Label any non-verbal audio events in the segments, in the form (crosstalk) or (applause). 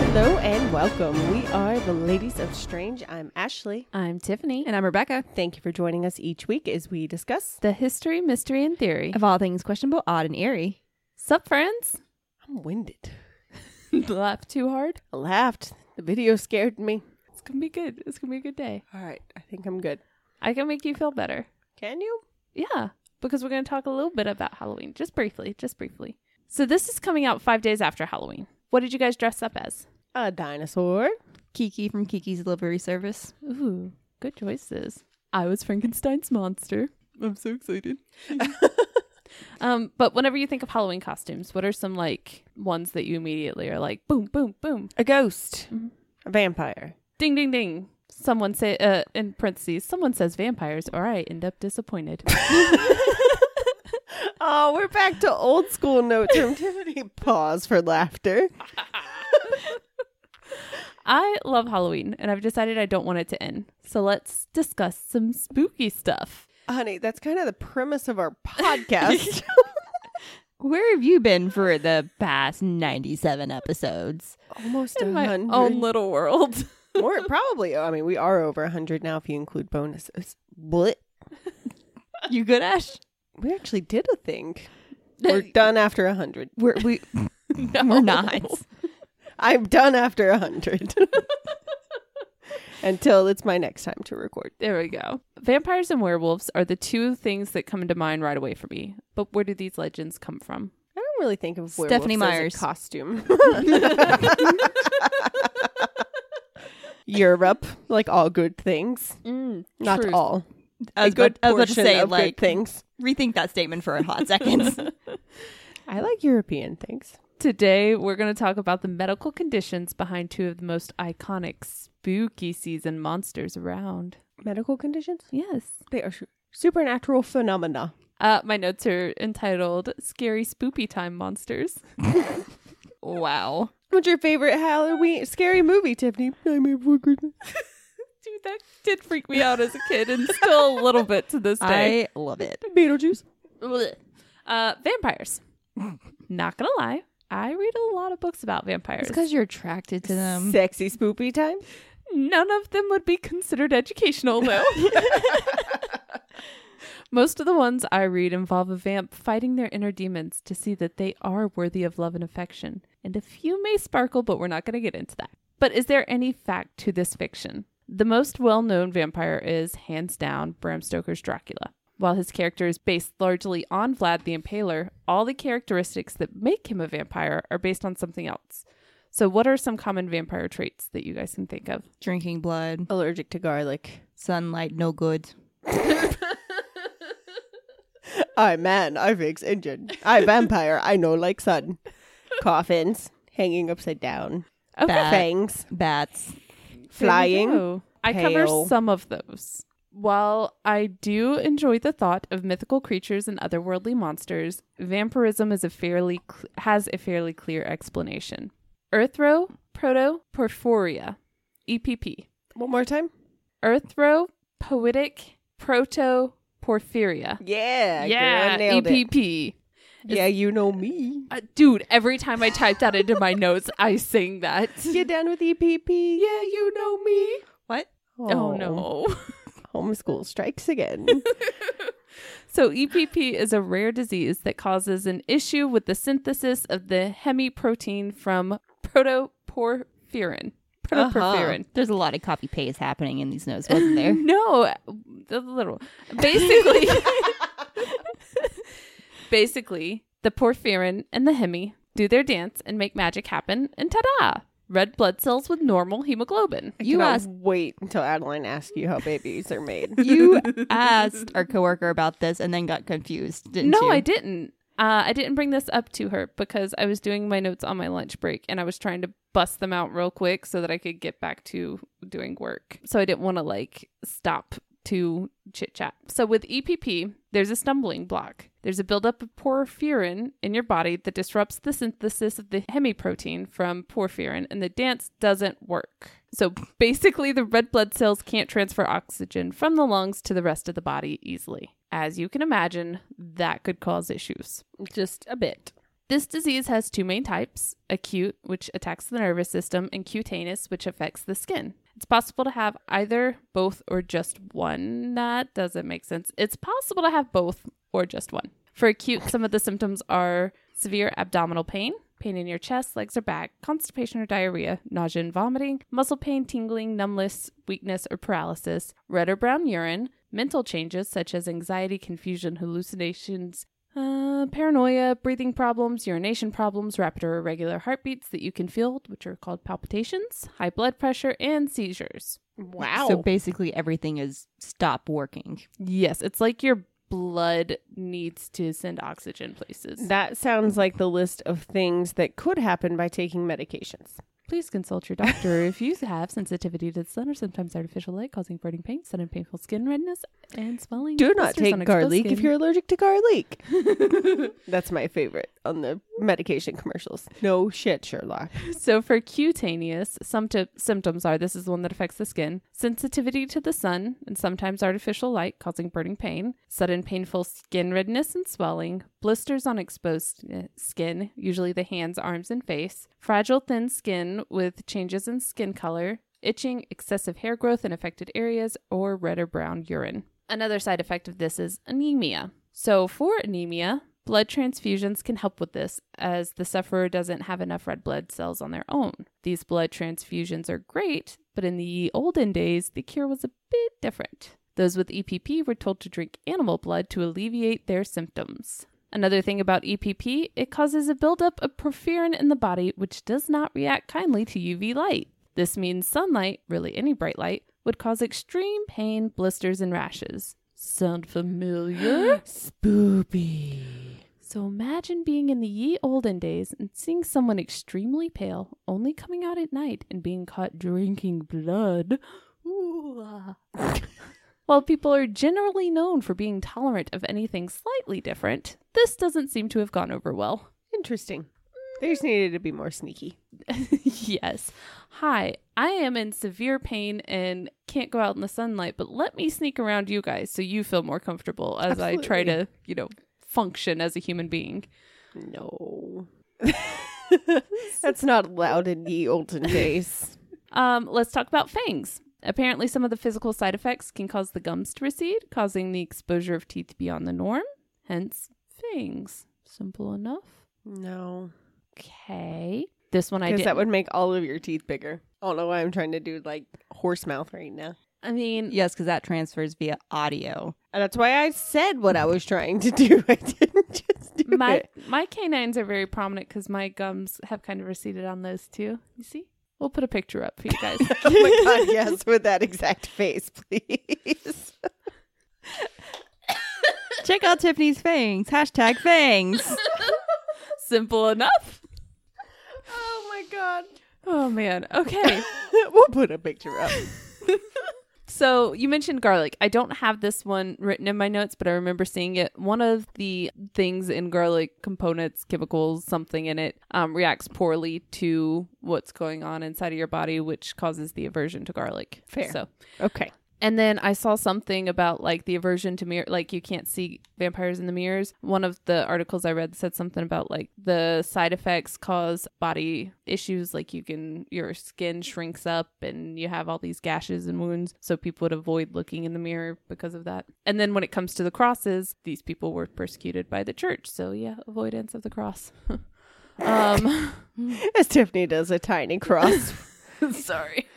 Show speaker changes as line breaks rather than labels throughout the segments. and welcome. We are the Ladies of Strange. I'm Ashley.
I'm Tiffany.
And I'm Rebecca.
Thank you for joining us each week as we discuss.
the history, mystery, and theory.
Of all things questionable, odd, and eerie.
Sup, friends? (laughs)
I'm winded.
Laugh too hard?
I laughed. The video scared me.
It's gonna be good. It's gonna be a good day.
All right, I think I'm good.
I can make you feel better.
Can you?
Yeah, because we're gonna talk a little bit about Halloween, just briefly, just briefly. So this is coming out five days after Halloween. What did you guys dress up as?
A dinosaur.
Kiki from Kiki's Delivery Service.
Ooh, good choices. I was Frankenstein's monster.
I'm so excited.
(laughs) Um, but whenever you think of Halloween costumes, what are some like ones that you immediately are like, boom, boom, boom,
A ghost.
Mhm.
Mm-hmm. A vampire.
ding, ding, ding? Someone say uh, in parentheses, someone says vampires, or I end up disappointed.
Oh, we're back to old school (laughs) notes from Tiffany. Pause for laughter.
I love Halloween and I've decided I don't want it to end. So let's discuss some spooky stuff.
Honey, that's kind of the premise of our podcast.
Where have you been for the past 97 episodes?
(laughs) Almost
In
a
my
hundred.
own little world. (laughs)
More probably. oh, I mean, we are over 100 now if you include bonuses. But
You good, Ash?
we actually did a thing. We're done after 100.
We're, we,
(laughs) No.
we're not.
(laughs) I'm done after 100. (laughs) Until it's my next time to record.
There we go. Vampires and werewolves are the two things that come into mind right away for me. But where do these legends come from?
I don't really think of werewolves
Stephanie
as a
Myers.
costume. (laughs) Europe, like all good things. Not
Truth.
all.
I was,
a good
about, I was about to
portion
say,
of good
like,
things.
rethink that statement for a hot
(laughs)
second.
I like European things.
Today, we're going to talk about the medical conditions behind two of the most iconic spooky season monsters around.
Medical conditions?
Yes.
They are su- supernatural phenomena.
Uh, my notes are entitled Scary Spoopy Time
(laughs)
Monsters. wow.
What's your favorite Halloween scary movie, Tiffany? Nightmare Before Christmas.
Dude, that did freak me out as a kid and still a little bit to this day.
I love it.
Beetlejuice.
Blech. Uh, vampires. Not gonna lie, I read a lot of books about vampires.
you're attracted to them.
Sexy spoopy time.
None of them would be considered educational, though. (laughs) Most of the ones I read involve a vamp fighting their inner demons to see that they are worthy of love and affection. And a few may sparkle, but we're not going to get into that. But is there any fact to this fiction? The most well known vampire is, hands down, Bram Stoker's Dracula. While his character is based largely on Vlad the Impaler, all the characteristics that make him a vampire are based on something else. So, what are some common vampire traits that you guys can think of?
Drinking blood,
Allergic to garlic.
sunlight, no good.
I man, I fix engine. I vampire. I know like sun. Coffins hanging upside down.
Okay.
Uh,
Bat.
Fangs
Bats.
There we
flying.
go. I cover
pale.
some of those. While I do enjoy the thought of mythical creatures and otherworldly monsters, vampirism is a fairly cl- has a fairly clear explanation. Earthro proto porphyria, E EPP.
One more time.
Earthro poetic proto porphyria.
Yeah, E
yeah,
girl, nailed it.
EPP.
Yeah, you know me.
Uh, dude, every time I type that into my (laughs) notes, I sing that.
Get down with E EPP. Yeah, you know me.
What?
Oh no.
Homeschool strikes (laughs) again.
So, EPP is a rare disease that causes an issue with the synthesis of the hemiprotein from protoporphyrin. Protoporphyrin.
There's a lot of copy paste happening in these notes, wasn't (laughs) there?
No, the literal. Basically, basically, the porphyrin and the hemi do their dance and make magic happen, and ta-da! Red blood cells with normal hemoglobin.
You
Cannot
(laughs) asked.
Wait until Adeline asks you how babies are made.
You asked our coworker about this and then got confused, didn't
no,
you?
I didn't. Uh, I didn't bring this up to her because I was doing my notes on my lunch break and I was trying to bust them out real quick so that I could get back to doing work. So I didn't want to like stop to chit chat. So with EPP, there's a stumbling block. There's a buildup of porphyrin in your body that disrupts the synthesis of the hemiprotein from porphyrin, and the dance doesn't work. So basically, the red blood cells can't transfer oxygen from the lungs to the rest of the body easily. As you can imagine, that could cause issues.
(laughs) Just a bit.
This disease has two main types acute, which attacks the nervous system, and cutaneous, which affects the skin. It's possible to have either, both, or just one. That doesn't make sense. It's possible to have both or just one. For acute, some of the symptoms are severe abdominal pain, pain in your chest, legs, or back, constipation or diarrhea, nausea and vomiting, muscle pain, tingling, numbness, weakness, or paralysis, red or brown urine, mental changes such as anxiety, confusion, hallucinations, uh, paranoia, breathing problems, urination problems, rapid or irregular heartbeats that you can feel, which are called palpitations, high blood pressure, and seizures.
Wow.
So basically, everything is stop working.
Yes, it's like your blood needs to send oxygen places.
that sounds like the list of things that could happen by taking medications.
Please consult your doctor if you have sensitivity to the sun or sometimes artificial light causing burning pain, sudden painful skin redness, and swelling.
Do not
blisters on
take
exposed
garlic if
skin.
you're allergic to garlic.
(laughs)
That's my favorite on the medication commercials. No shit, Sherlock.
So for cutaneous, some t- symptoms are this is the one that affects the skin, sensitivity to the sun and sometimes artificial light causing burning pain, sudden painful skin redness and swelling, blisters on exposed uh, skin, usually the hands, arms, and face, fragile thin skin with changes in skin color, itching, excessive hair growth in affected areas, or red or brown urine. Another side effect of this is anemia. So, for anemia, blood transfusions can help with this as the sufferer doesn't have enough red blood cells on their own. These blood transfusions are great, but in the olden days, the cure was a bit different. Those with EPP were told to drink animal blood to alleviate their symptoms. Another thing about EPP, it causes a buildup of porphyrin in the body, which does not react kindly to UV light. This means sunlight, really any bright light, would cause extreme pain, blisters, and rashes. Sound familiar?
Spoopy.
so imagine being in the ye olden days and seeing someone extremely pale, only coming out at night and being caught drinking blood. Ooh, ah. While people are generally known for being tolerant of anything slightly different, this doesn't seem to have gone over well. (laughs)
Interesting. They just needed to be more sneaky.
yes. Hi, I am in severe pain and can't go out in the sunlight, but let me sneak around you guys so you feel more comfortable as I try to, you know, function as a human being.
No. (laughs) That's not allowed in the olden days.
Um, let's talk about fangs. Apparently, some of the physical side effects can cause the gums to recede, causing the exposure of teeth beyond the norm, hence fangs. Simple enough.
No.
Okay. This one I
Because
did.
that would make all of your teeth bigger. I don't know why I'm trying to do like horse mouth right now.
I mean,
(laughs)
Yes, because that transfers via audio.
And that's why I said what I was trying to do. (laughs) I didn't just do
my
it.
my canines are very prominent because my gums have kind of receded on those too. You see, we'll put a picture up for you
(laughs)
guys.
Oh my god, yes, with that exact face, please.
(laughs) Check out Tiffany's fangs. Hashtag (laughs) fangs.
Simple enough.
Oh my god.
Oh man. Okay.
(laughs) we'll put a picture up.
So you mentioned garlic. I don't have this one written in my notes, but I remember seeing it. One of the things in garlic components, chemicals, something in it, um, reacts poorly to what's going on inside of your body, which causes the aversion to garlic.
Fair.
So
Okay.
And then I saw something about like the aversion to mirror, like you can't see vampires in the mirrors. One of the articles I read said something about like the side effects cause body issues, like you can your skin shrinks up and you have all these gashes and wounds. So people would avoid looking in the mirror because of that. And then when it comes to the crosses, these people were persecuted by the church. So yeah, avoidance of the cross. (laughs) um, (laughs)
As Tiffany does a tiny (laughs) cross.
sorry. (laughs)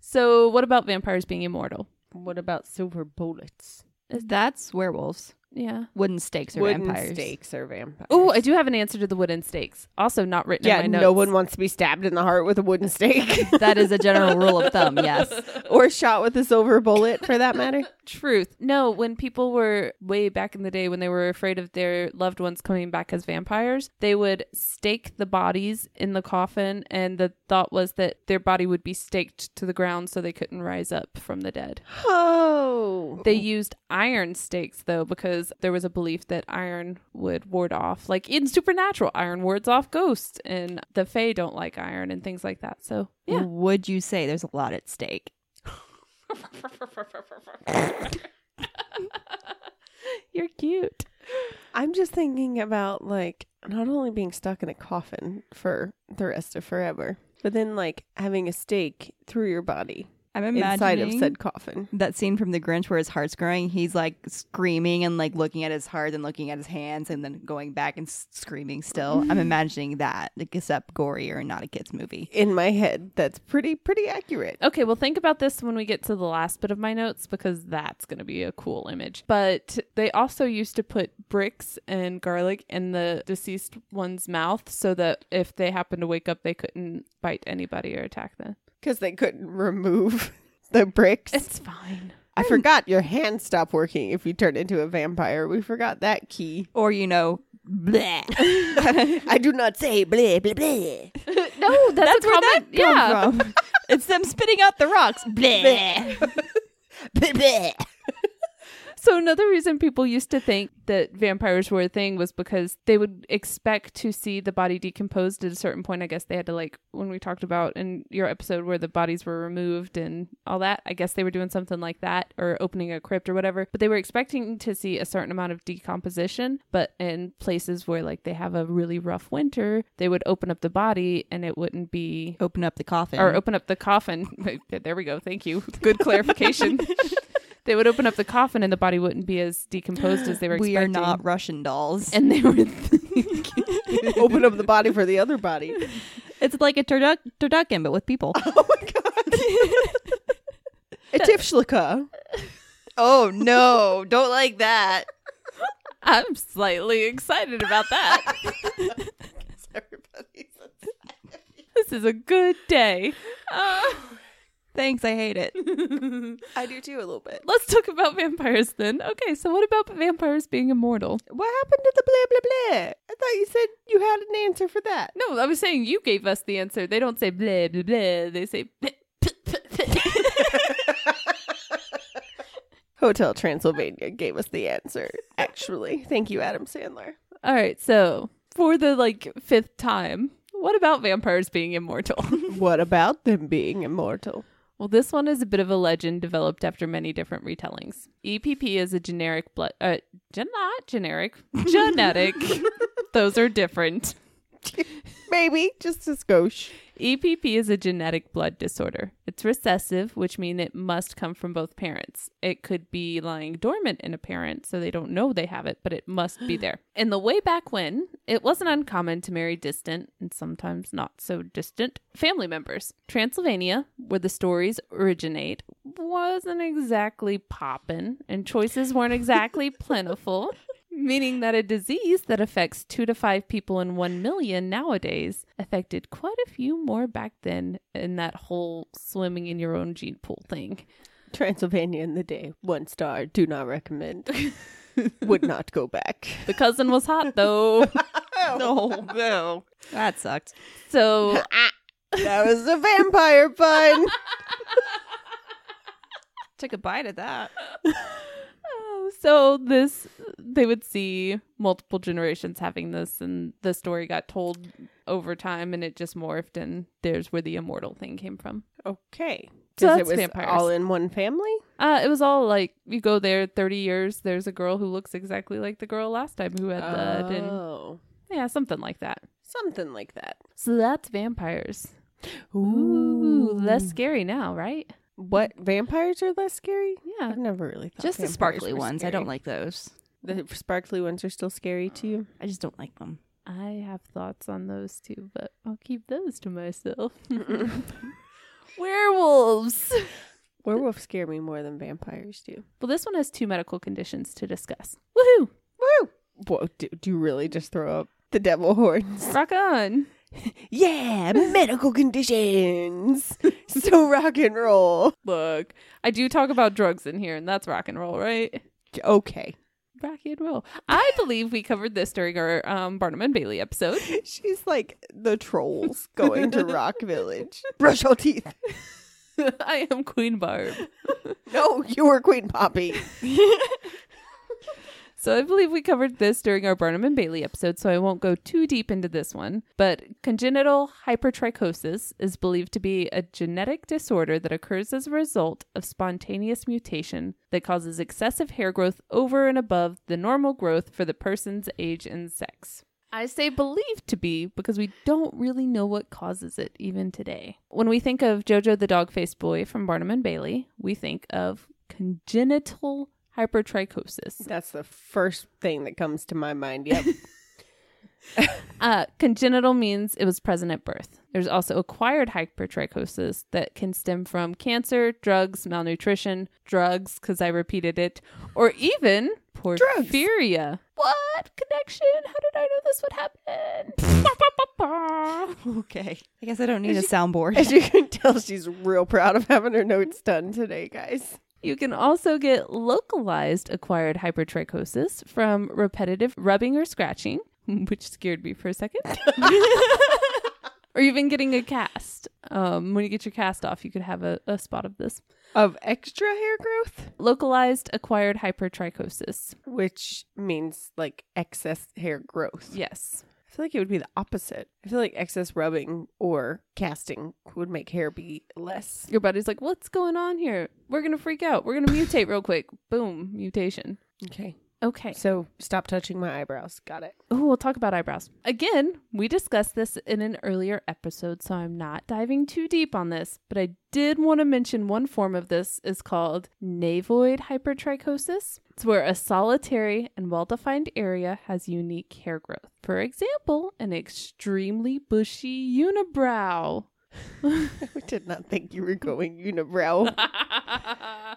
so what about vampires being immortal?
what about silver bullets?
That's werewolves.
Yeah.
Wooden stakes are
Wooden
vampires.
stakes are vampires.
Oh, I do have an answer to the wooden stakes. Also not written
yeah,
in my notes.
no one wants to be stabbed in the heart with a wooden (laughs) stake
(laughs) That is a general rule of thumb, yes. (laughs)
or shot with a silver bullet for that matter.
Truth. No, when people were way back in the day when they were afraid of their loved ones coming back as vampires, they would stake the bodies in the coffin and the thought was that their body would be staked to the ground so they couldn't rise up from the dead.
(laughs) Oh.
They used iron stakes though because there was a belief that iron would ward off like in supernatural iron wards off ghosts and the fae don't like iron and things like that. So, yeah.
Would you say there's a lot at stake?
(laughs) You're cute.
I'm just thinking about like not only being stuck in a coffin for the rest of forever, but then like having a stake through your body
I'm
inside
imagining
of said coffin.
that scene from The Grinch where his heart's growing. He's like screaming and like looking at his heart and looking at his hands and then going back and s- screaming still. I'm imagining that, like, except gorier and not a kids movie.
In my head, that's pretty pretty accurate.
Okay, well, think about this when we get to the last bit of my notes because that's going to be a cool image. But they also used to put bricks and garlic in the deceased one's mouth so that if they happened to wake up, they couldn't bite anybody or attack them.
Because they couldn't remove (laughs) the bricks.
It's fine.
I forgot your hands stop working if you turn into a vampire. We forgot that key. (laughs)
Or, you know, (laughs) bleh.
I do not say blah blah blah.
No, that's, a
where
common.
that come
yeah,
from. it's them spitting out the rocks. (laughs) Bleh.
So another reason people used to think that vampires were a thing was because they would expect to see the body decomposed at a certain point. I guess they had to like when we talked about in your episode where the bodies were removed and all that. I guess they were doing something like that or opening a crypt or whatever. But they were expecting to see a certain amount of decomposition. But in places where like they have a really rough winter, they would open up the body and it wouldn't be
Open up the coffin.
or open up the coffin. (laughs) There we go. Thank you. Good (laughs) clarification. they would open up the coffin and the body wouldn't be as decomposed as they (gasps) were
we
expecting.
are not Russian
(laughs)
dolls.
And they were.
Open up the body for the other body. (laughs)
it's like a turduck, turducken, but with people.
Oh my god. a tipshlicka.
(laughs) oh no! Don't like that.
I'm slightly excited about (laughs) that.
Everybody's
this is a good day. Uh,
Thanks. I hate it.
I do too a little bit.
(laughs) let's talk about vampires then. Okay, so what about vampires being immortal?
What happened to the blah blah blah? I thought you said you had an answer for that.
No, I was saying you gave us the answer. They don't say blah blah blah. They say. bleh, peh, peh, peh.
Hotel Transylvania gave us the answer. Actually, thank you, Adam Sandler.
(laughs) All right, so for the like fifth time, what about vampires being immortal? (laughs)
What about them being immortal?
Well, this one is a bit of a legend developed after many different retellings. EPP is a generic blood, uh, gen- not generic, genetic. Those are different.
Maybe just a skosh.
EPP E is a genetic blood disorder. It's recessive, which means it must come from both parents. It could be lying dormant in a parent, so they don't know they have it, but it must be there. In the way back when, it wasn't uncommon to marry distant and sometimes not so distant family members. Transylvania, where the stories originate, wasn't exactly poppin', and choices weren't exactly plentiful. Meaning that a disease that affects two to five people in one million nowadays affected quite a few more back then in that whole swimming in your own gene pool thing.
Transylvania in the day. One star. Do not (laughs) recommend. Would not go back.
The cousin was hot though. (laughs)
No, no.
(laughs) That sucked.
So
That was a vampire pun.
Took a bite at that.
Oh, so this they would see multiple generations having this and the story got told over time and it just morphed and there's where the immortal thing came from.
(laughs) Okay.
So
Because it
that's
was
vampires.
all in one family?
Uh, it was all like you go there 30 years, there's a girl who looks exactly like the girl last time who had that, and
Oh.
yeah, something like that.
Something like that.
So that's vampires. Ooh,
Ooh.
less scary now, right?
What vampires are less scary?
Yeah.
I've never really thought
Just the
vampires
sparkly
were
ones. I
scary.
don't like those.
the sparkly ones are still scary to you.
I just don't like them.
I have thoughts on those too, but I'll keep those to myself. (laughs) Werewolves.
Werewolves scare me more than vampires do.
Well, this one has two medical conditions to discuss. Woohoo!
Woo! Whoa, do, do you really just throw up the devil (laughs) horns?
Rock on.
Yeah, medical conditions. (laughs) so rock and (laughs) roll.
Look, I do talk about drugs in here, and that's rock and roll, right?
Okay.
Rocky and roll. I believe we covered this during our um, Barnum and Bailey episode.
(laughs) She's like the trolls going (laughs) to Rock Village. Brush your (laughs) teeth.
(laughs) I am Queen Barb.
No, you were Queen Poppy.
So I believe we covered this during our Barnum and Bailey episode, so I won't go too deep into this one. But congenital hypertrichosis is believed to be a genetic disorder that occurs as a result of spontaneous mutation that causes excessive hair growth over and above the normal growth for the person's age and sex. I say believed to be because we don't really know what causes it even today. When we think of Jojo the dog-faced boy from Barnum and Bailey, we think of congenital hypertrichosis.
That's the first thing that comes to my mind. (laughs) Yep.
Uh, congenital means it was present at birth. There's also acquired hypertrichosis that can stem from cancer, drugs, malnutrition, drugs, because I repeated it, or even porphyria. What connection? How did I know this would happen? Ba, ba, (laughs) ba, ba.
(laughs) Okay. I guess I don't need a soundboard.
As you can tell, she's real proud of having her notes done today, guys.
You can also get localized acquired hypertrichosis from repetitive rubbing or scratching, (laughs) which scared me for a second. or even getting a cast. Um, when you get your cast off, you could have a, a spot of this.
Of extra hair growth,
Localized acquired hypertrichosis.
which means like excess hair growth.
Yes.
I feel like it would be the opposite. I feel like excess rubbing or casting would make hair be less.
Your body's like, what's going on here? We're going to freak out. We're going to mutate real quick. Boom, mutation.
Okay.
Okay.
So stop touching my eyebrows. Got it.
Oh, we'll talk about eyebrows. Again, we discussed this in an earlier episode, so I'm not diving too deep on this, but I did want to mention one form of this is called navoid hypertrichosis. It's where a solitary and well defined area has unique hair growth. For example, an extremely bushy unibrow. (laughs)
I did not think you were going (laughs) unibrow.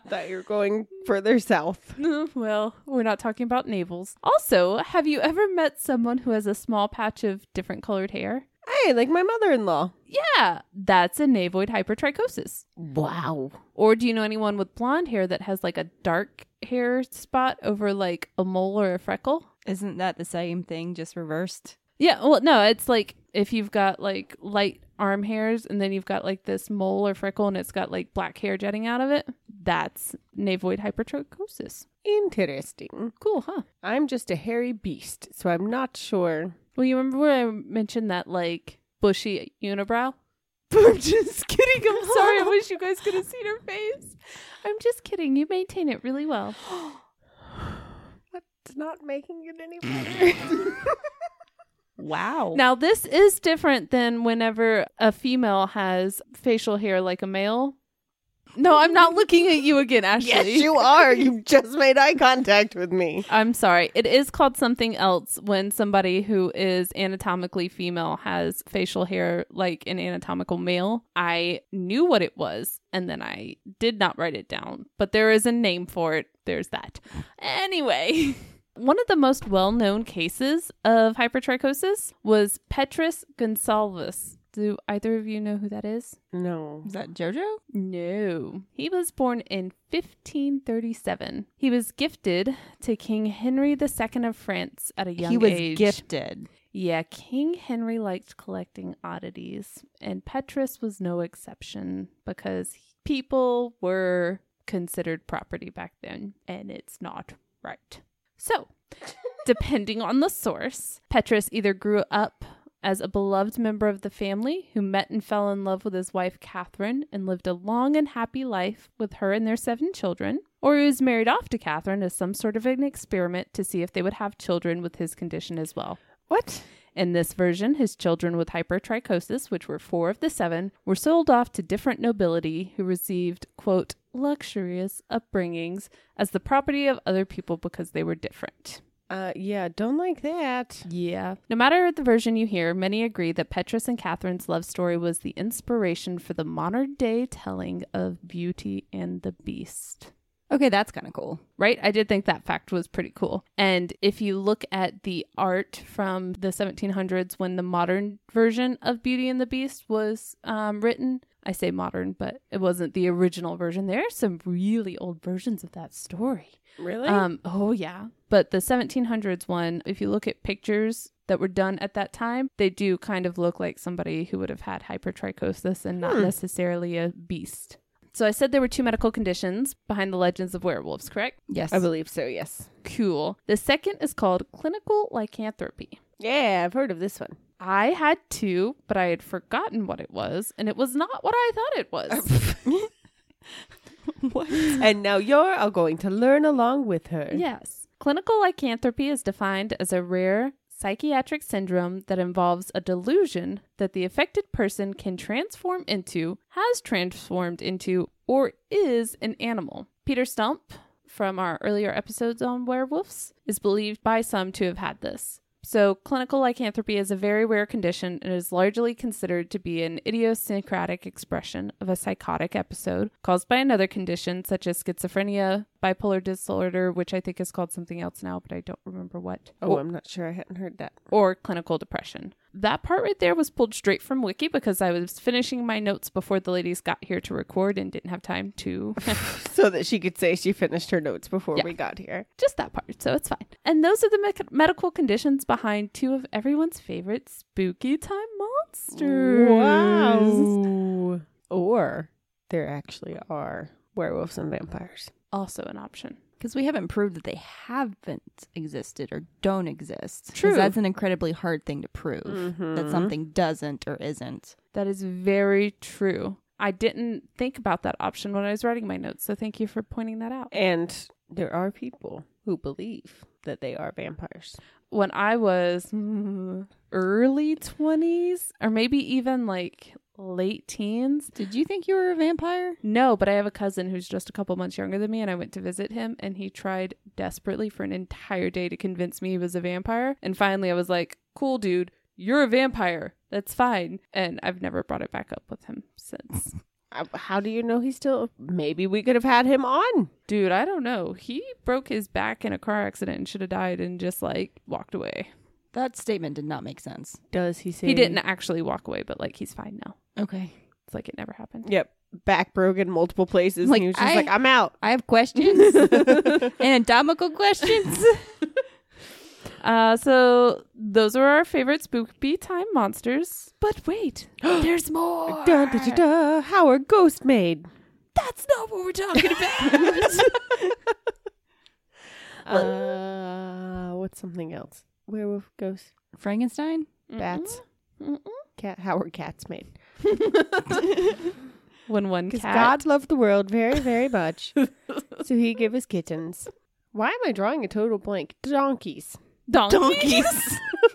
Thought you were going further south.
Uh, well, we're not talking about navels. Also, have you ever met someone who has a small patch of different colored hair?
Hey, like my mother-in-law.
Yeah, that's a navoid hypertrichosis.
Wow.
Or do you know anyone with blonde hair that has like a dark hair spot over like a mole or a freckle?
Isn't that the same thing, just reversed?
Yeah, well, no, it's like if you've got like light arm hairs and then you've got like this mole or freckle and it's got like black hair jetting out of it, that's navoid hypertrichosis.
Interesting.
Cool, huh?
I'm just a hairy beast, so I'm not sure.
Well, you remember when I mentioned that like bushy unibrow? (laughs) I'm just kidding.
(laughs)
I'm sorry. I wish you guys could have seen her face. I'm just kidding. You maintain it really well.
It's not making it any better. Oh.
Wow.
Now, this is different than whenever a female has facial hair like a male. No, I'm
(laughs)
not looking at you again,
(laughs)
Ashley.
yes, you are. You just made eye contact with me.
I'm sorry. It is called something else when somebody who is anatomically female has facial hair like an anatomical male. I knew what it was and then I did not write it down, but there is a name for it. There's that. Anyway. (laughs) One of the most well known cases of hypertrichosis was Petrus Gonsalves. Do either of you know who that is?
No.
Is that JoJo?
No. He was born in 1537. He was gifted to King Henry II of France at a young
he was
age.
gifted.
Yeah, King Henry liked collecting oddities, and Petrus was no exception because he- people were considered property back then, and it's not right. So, depending on the source, Petrus either grew up as a beloved member of the family who met and fell in love with his wife Catherine and lived a long and happy life with her and their seven children, or he was married off to Catherine as some sort of an experiment to see if they would have children with his condition as well.
What?
In this version, his children with hypertrichosis, which were four of the seven, were sold off to different nobility who received, quote, luxurious upbringings as the property of other people because they were different.
Uh, yeah, don't like that.
Yeah. No matter the version you hear, many agree that Petrus and Catherine's love story was the inspiration for the modern day telling of Beauty and the Beast.
Okay, that's kind of cool.
Right? I did think that fact was pretty cool. And if you look at the art from the 1700s when the modern version of Beauty and the Beast was um, written, I say modern, but it wasn't the original version. There are some really old versions of that story.
Really?
Um, oh yeah. But the 1700s one, if you look at pictures that were done at that time, they do kind of look like somebody who would have had hypertrichosis and not necessarily a beast. So I said there were two medical conditions behind the legends of werewolves, correct?
Yes.
I believe so, yes.
Cool. The second is called clinical lycanthropy.
Yeah, I've heard of this one.
I had two, but I had forgotten what it was, and it was not what I thought it was.
what?
and now you're all going to learn along with her.
yes. Clinical lycanthropy is defined as a rare psychiatric syndrome that involves a delusion that the affected person can transform into, has transformed into, or is an animal. Peter Stump, from our earlier episodes on werewolves, is believed by some to have had this. So, clinical lycanthropy is a very rare condition and is largely considered to be an idiosyncratic expression of a psychotic episode caused by another condition such as schizophrenia, bipolar disorder, which I think is called something else now, but I don't remember what,
Oh, I'm not sure. I hadn't heard that.
or clinical depression. That part right there was pulled straight from Wiki because I was finishing my notes before the ladies got here to record and didn't have time to
so that she could say she finished her notes before
Yeah.
we got here.
just that part, so it's fine. And those are the mec- medical conditions behind two of everyone's favorite spooky time monsters.
Wow. Or there actually are werewolves and vampires.
Also an option.
Because we haven't proved that they haven't existed or don't exist. 'Cause
True.
That's an incredibly hard thing to prove that something doesn't or isn't.
That is very true. I didn't think about that option when I was writing my notes, so thank you for pointing that out.
And there are people who believe that they are vampires.
When I was mm, early 20s or maybe even like late teens,
Did you think you were a vampire?
No, but I have a cousin who's just a couple months younger than me, and I went to visit him, and he tried desperately for an entire day to convince me he was a vampire. And finally, I was like, cool, dude, you're a vampire. That's fine. And I've never brought it back up with him
(laughs)
since.
Uh, How do you know he's still? Maybe we could have had him on.
Dude, I don't know. He broke his back in a car accident and should have died and just like walked away.
That statement did not make sense.
Does he say
He didn't actually walk away, but like he's fine now.
Okay.
It's like it never happened.
Yep, back broken multiple places.
Like,
and he was just
I-
like, "I'm out."
I have questions. (laughs) Anatomical (laughs) questions.
Uh, so those are our favorite spooky time monsters. But wait, there's more.
Da, da, da, da. How are ghosts made?
That's not what we're talking about.
Uh, what's something else? Werewolf, ghosts,
(laughs) Frankenstein?
bats,
Mm-mm.
cat. How are cats made?
when one
Because
cat.
God loved the world very, very
(laughs)
much. so he gave us kittens. Why am I drawing a total blank? Donkeys. (laughs)
Donkey.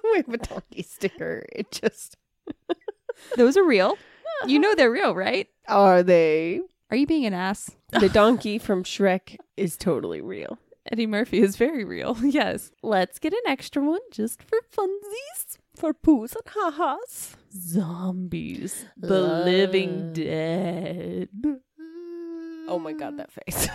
we have a donkey sticker. It just. (laughs) Uh-huh.
Those are real. You know they're real, right?
Are they?
(laughs) Are you being an ass?
The donkey from Shrek is totally real.
Eddie Murphy is very real. (laughs) Yes. Let's get an extra one just for funsies.
For poos and ha-has.
Zombies. The living dead.
Oh my god, that face.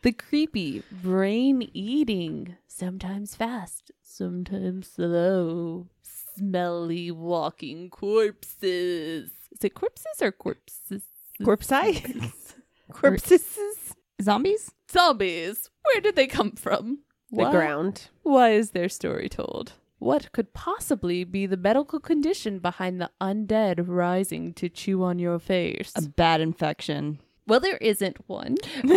The creepy, brain eating, sometimes fast, sometimes slow, smelly walking corpses. Is it corpses or corpses?
(laughs) Corpsei? Corpses?
Zombies?
Zombies. Where did they come from?
The
Why-
ground.
Why is their story told? What could possibly be the medical condition behind the undead rising to chew on your face?
A bad infection.
well, there isn't one. (laughs)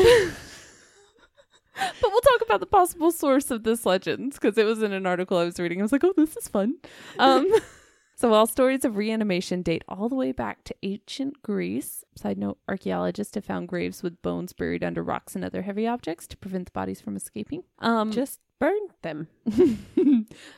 but we'll talk about the possible source of this legend because it was in an article I was reading. I was like, oh, this is fun. Um, (laughs) so while stories of reanimation date all the way back to ancient Greece, side note, archaeologists have found graves with bones buried under rocks and other heavy objects to prevent the bodies from escaping. Um,
Mm.
Just burned them.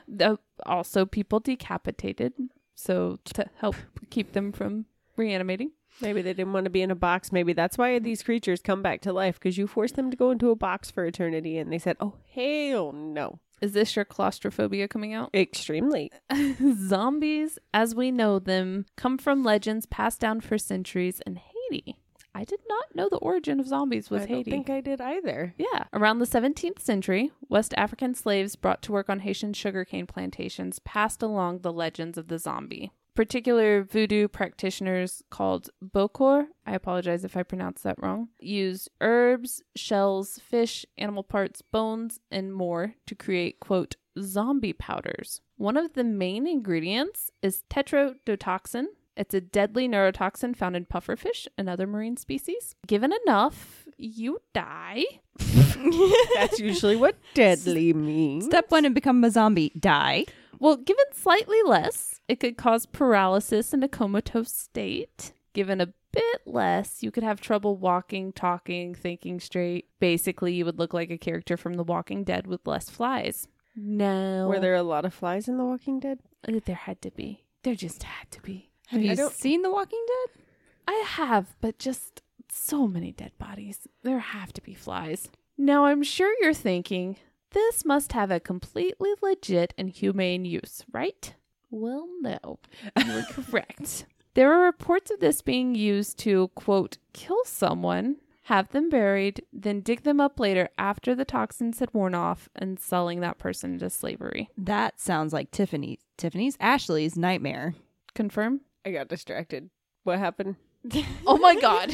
the- also people decapitated so to help keep them from reanimating
Maybe they didn't want to be in a box. Maybe that's why these creatures come back to life because you forced them to go into a box for eternity and they said, oh, hell no.
is this your claustrophobia coming out
Extremely.
(laughs) zombies as we know them come from legends passed down for centuries in haiti i did not know the origin of zombies was
I
haiti
don't think I did either.
Yeah. Around the 17th century, West African slaves brought to work on Haitian sugarcane plantations passed along the legends of the zombie. Particular voodoo practitioners called Bokor, I apologize if I pronounced that wrong, used herbs, shells, fish, animal parts, bones, and more to create, quote, zombie powders. One of the main ingredients is tetrodotoxin, It's a deadly neurotoxin found in pufferfish and other marine species. Given enough, you die.
(laughs) That's usually (laughs) what deadly means.
Step one and become a zombie. Die.
Well, given slightly less, it could cause paralysis and a comatose state. Given a bit less, you could have trouble walking, talking, thinking straight. Basically, you would look like a character from The Walking Dead with less flies. No.
Were there a lot of flies in The Walking Dead?
Uh, There had to be. There just had to be.
Have
I
you
don't-
seen The Walking Dead?
I have, but just so many dead bodies. There have to be flies. Now, I'm sure you're thinking, this must have a completely legit and humane use, right? Well, no. (laughs) You were correct. There are reports of this being used to, quote, kill someone, have them buried, then dig them up later after the toxins had worn off and selling that person into slavery.
That sounds like Tiffany's. Tiffany's Ashley's nightmare.
Confirm?
I got distracted. What happened?
Oh my God.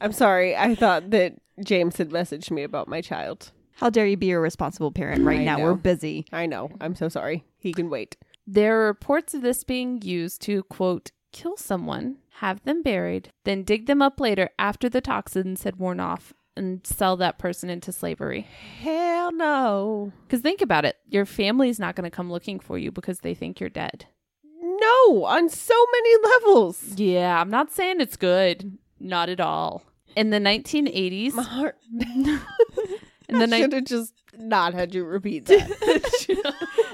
I'm sorry. I thought that James had messaged me about my child.
How dare you be a responsible parent right
I
now?
know.
We're busy.
I know. I'm so sorry. He can wait.
There are reports of this being used to, quote, kill someone, have them buried, then dig them up later after the toxins had worn off and sell that person into slavery.
Hell no.
Because think about it your family's not going to come looking for you because they think you're dead.
No, on so many levels.
Yeah, I'm not saying it's good. Not at all. In the 1980s,
My heart. (laughs)
in the
I
ni-
should have just not had you (laughs) repeat that.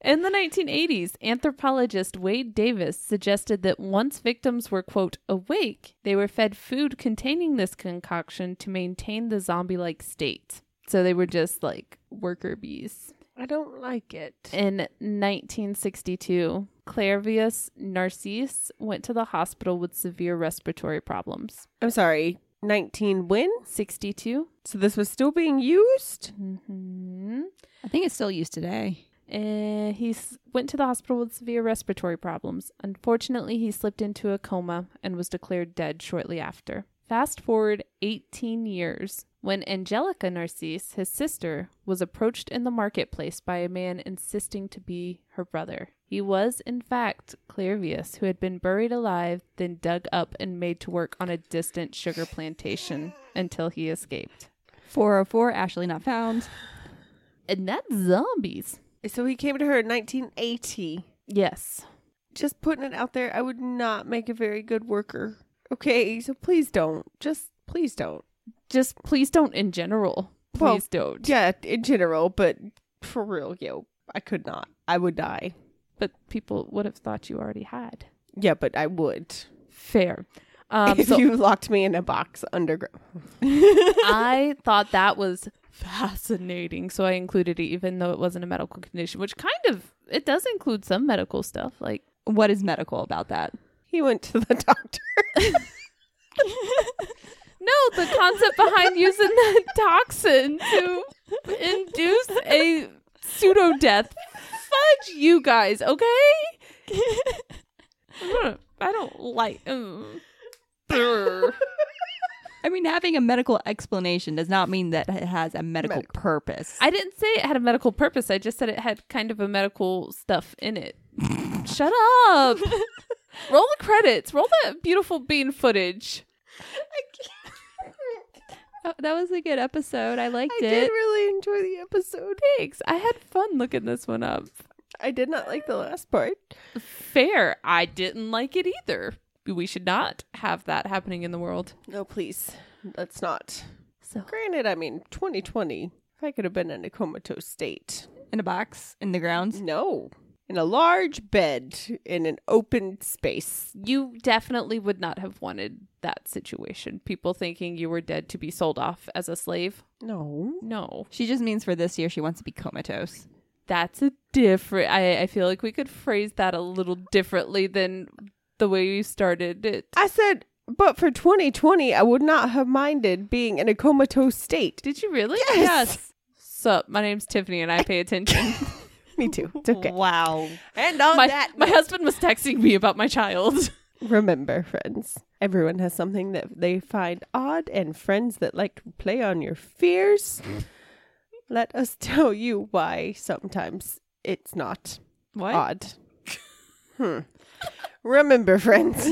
In the 1980s, anthropologist Wade Davis suggested that once victims were, quote, awake, they were fed food containing this concoction to maintain the zombie like state. So they were just like worker bees.
I don't like it.
In 1962, Clavius Narcisse went to the hospital with severe respiratory problems.
I'm sorry. 19 when?
62?
So this was still being used?
hmm
I think it's still used today.
Uh, he s- went to the hospital with severe respiratory problems. Unfortunately, he slipped into a coma and was declared dead shortly after. Fast forward 18 years when Angelica Narcisse, his sister, was approached in the marketplace by a man insisting to be her brother. He was, in fact, Clervius, who had been buried alive, then dug up and made to work on a distant sugar plantation until he escaped.
404 Ashley not found.
And that's zombies.
So he came to her in 1980.
Yes.
Just putting it out there, I would not make a very good worker. Okay, so please don't. Just please don't.
just please don't in general. Please
Well,
don't.
Yeah, in general, but for real, yo, I could not. I would die.
But people would have thought you already had.
Yeah, but I would.
Fair. Um,
if
so
you locked me in a box underground.
(laughs)
(laughs)
I thought that was fascinating, so I included it, even though it wasn't a medical condition, which kind of it does include some medical stuff. Like
What is medical about that?
He went to the (laughs) doctor.
no, the concept
(laughs)
behind using the toxin to induce a pseudo death. Fudge you guys, okay?
(laughs)
I don't- I don't like. mm. Brr.
I mean, having a medical explanation does not mean that it has a medical,
Medical.
purpose.
I didn't say it had a medical purpose. I just said it had kind of a medical stuff in it. Shut up.
(laughs)
Roll the credits. Roll that beautiful bean footage.
Oh, that was a good episode. I liked
I did really enjoy the episode.
Thanks. I had fun looking this one up.
I did not like the last part.
Fair. I didn't like it either. We should not have that happening in the world.
No, please. Let's not.
So
Granted, I mean, 2020, if I could have been in a comatose state.
In a box, in the ground.
No. In a large bed in an open space.
you definitely would not have wanted that situation. People thinking you were dead to be sold off as a slave.
No.
No.
She just means for this year she wants to be comatose.
That's a different. I, I feel like we could phrase that a little differently than the way you started it.
I said, but for 2020, I would not have minded being in a comatose state.
Did you really?
Yes.
Sup, my name's Tiffany and I
(laughs)
pay attention.
(laughs) Me too. It's okay.
Wow.
And on
my,
that,
my husband was texting me about my child.
remember, friends, everyone has something that they find odd, and friends that like to play on your fears. Let us (laughs) tell you why sometimes it's not
What?
odd. Hmm. Remember, friends,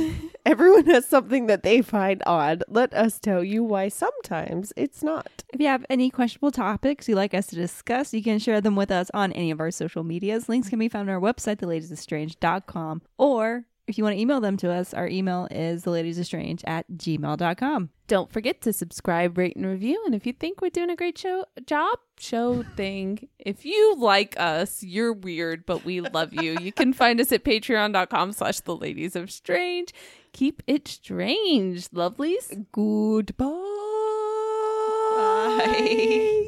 everyone has something that they find odd. Let us tell you why sometimes it's not.
If you have any questionable topics you'd like us to discuss, you can share them with us on any of our social medias. Links can be found on our website, theladiesestrange.com, or if you want to email them to us, our email is theladiesestrange at gmail.com.
Don't forget to subscribe, rate, and review. And if you think we're doing a great show job, show thing. If you like us, you're weird, but we love you. You can find us at patreon.com slash the ladies of strange. Keep it strange, lovelies.
Goodbye.
Bye.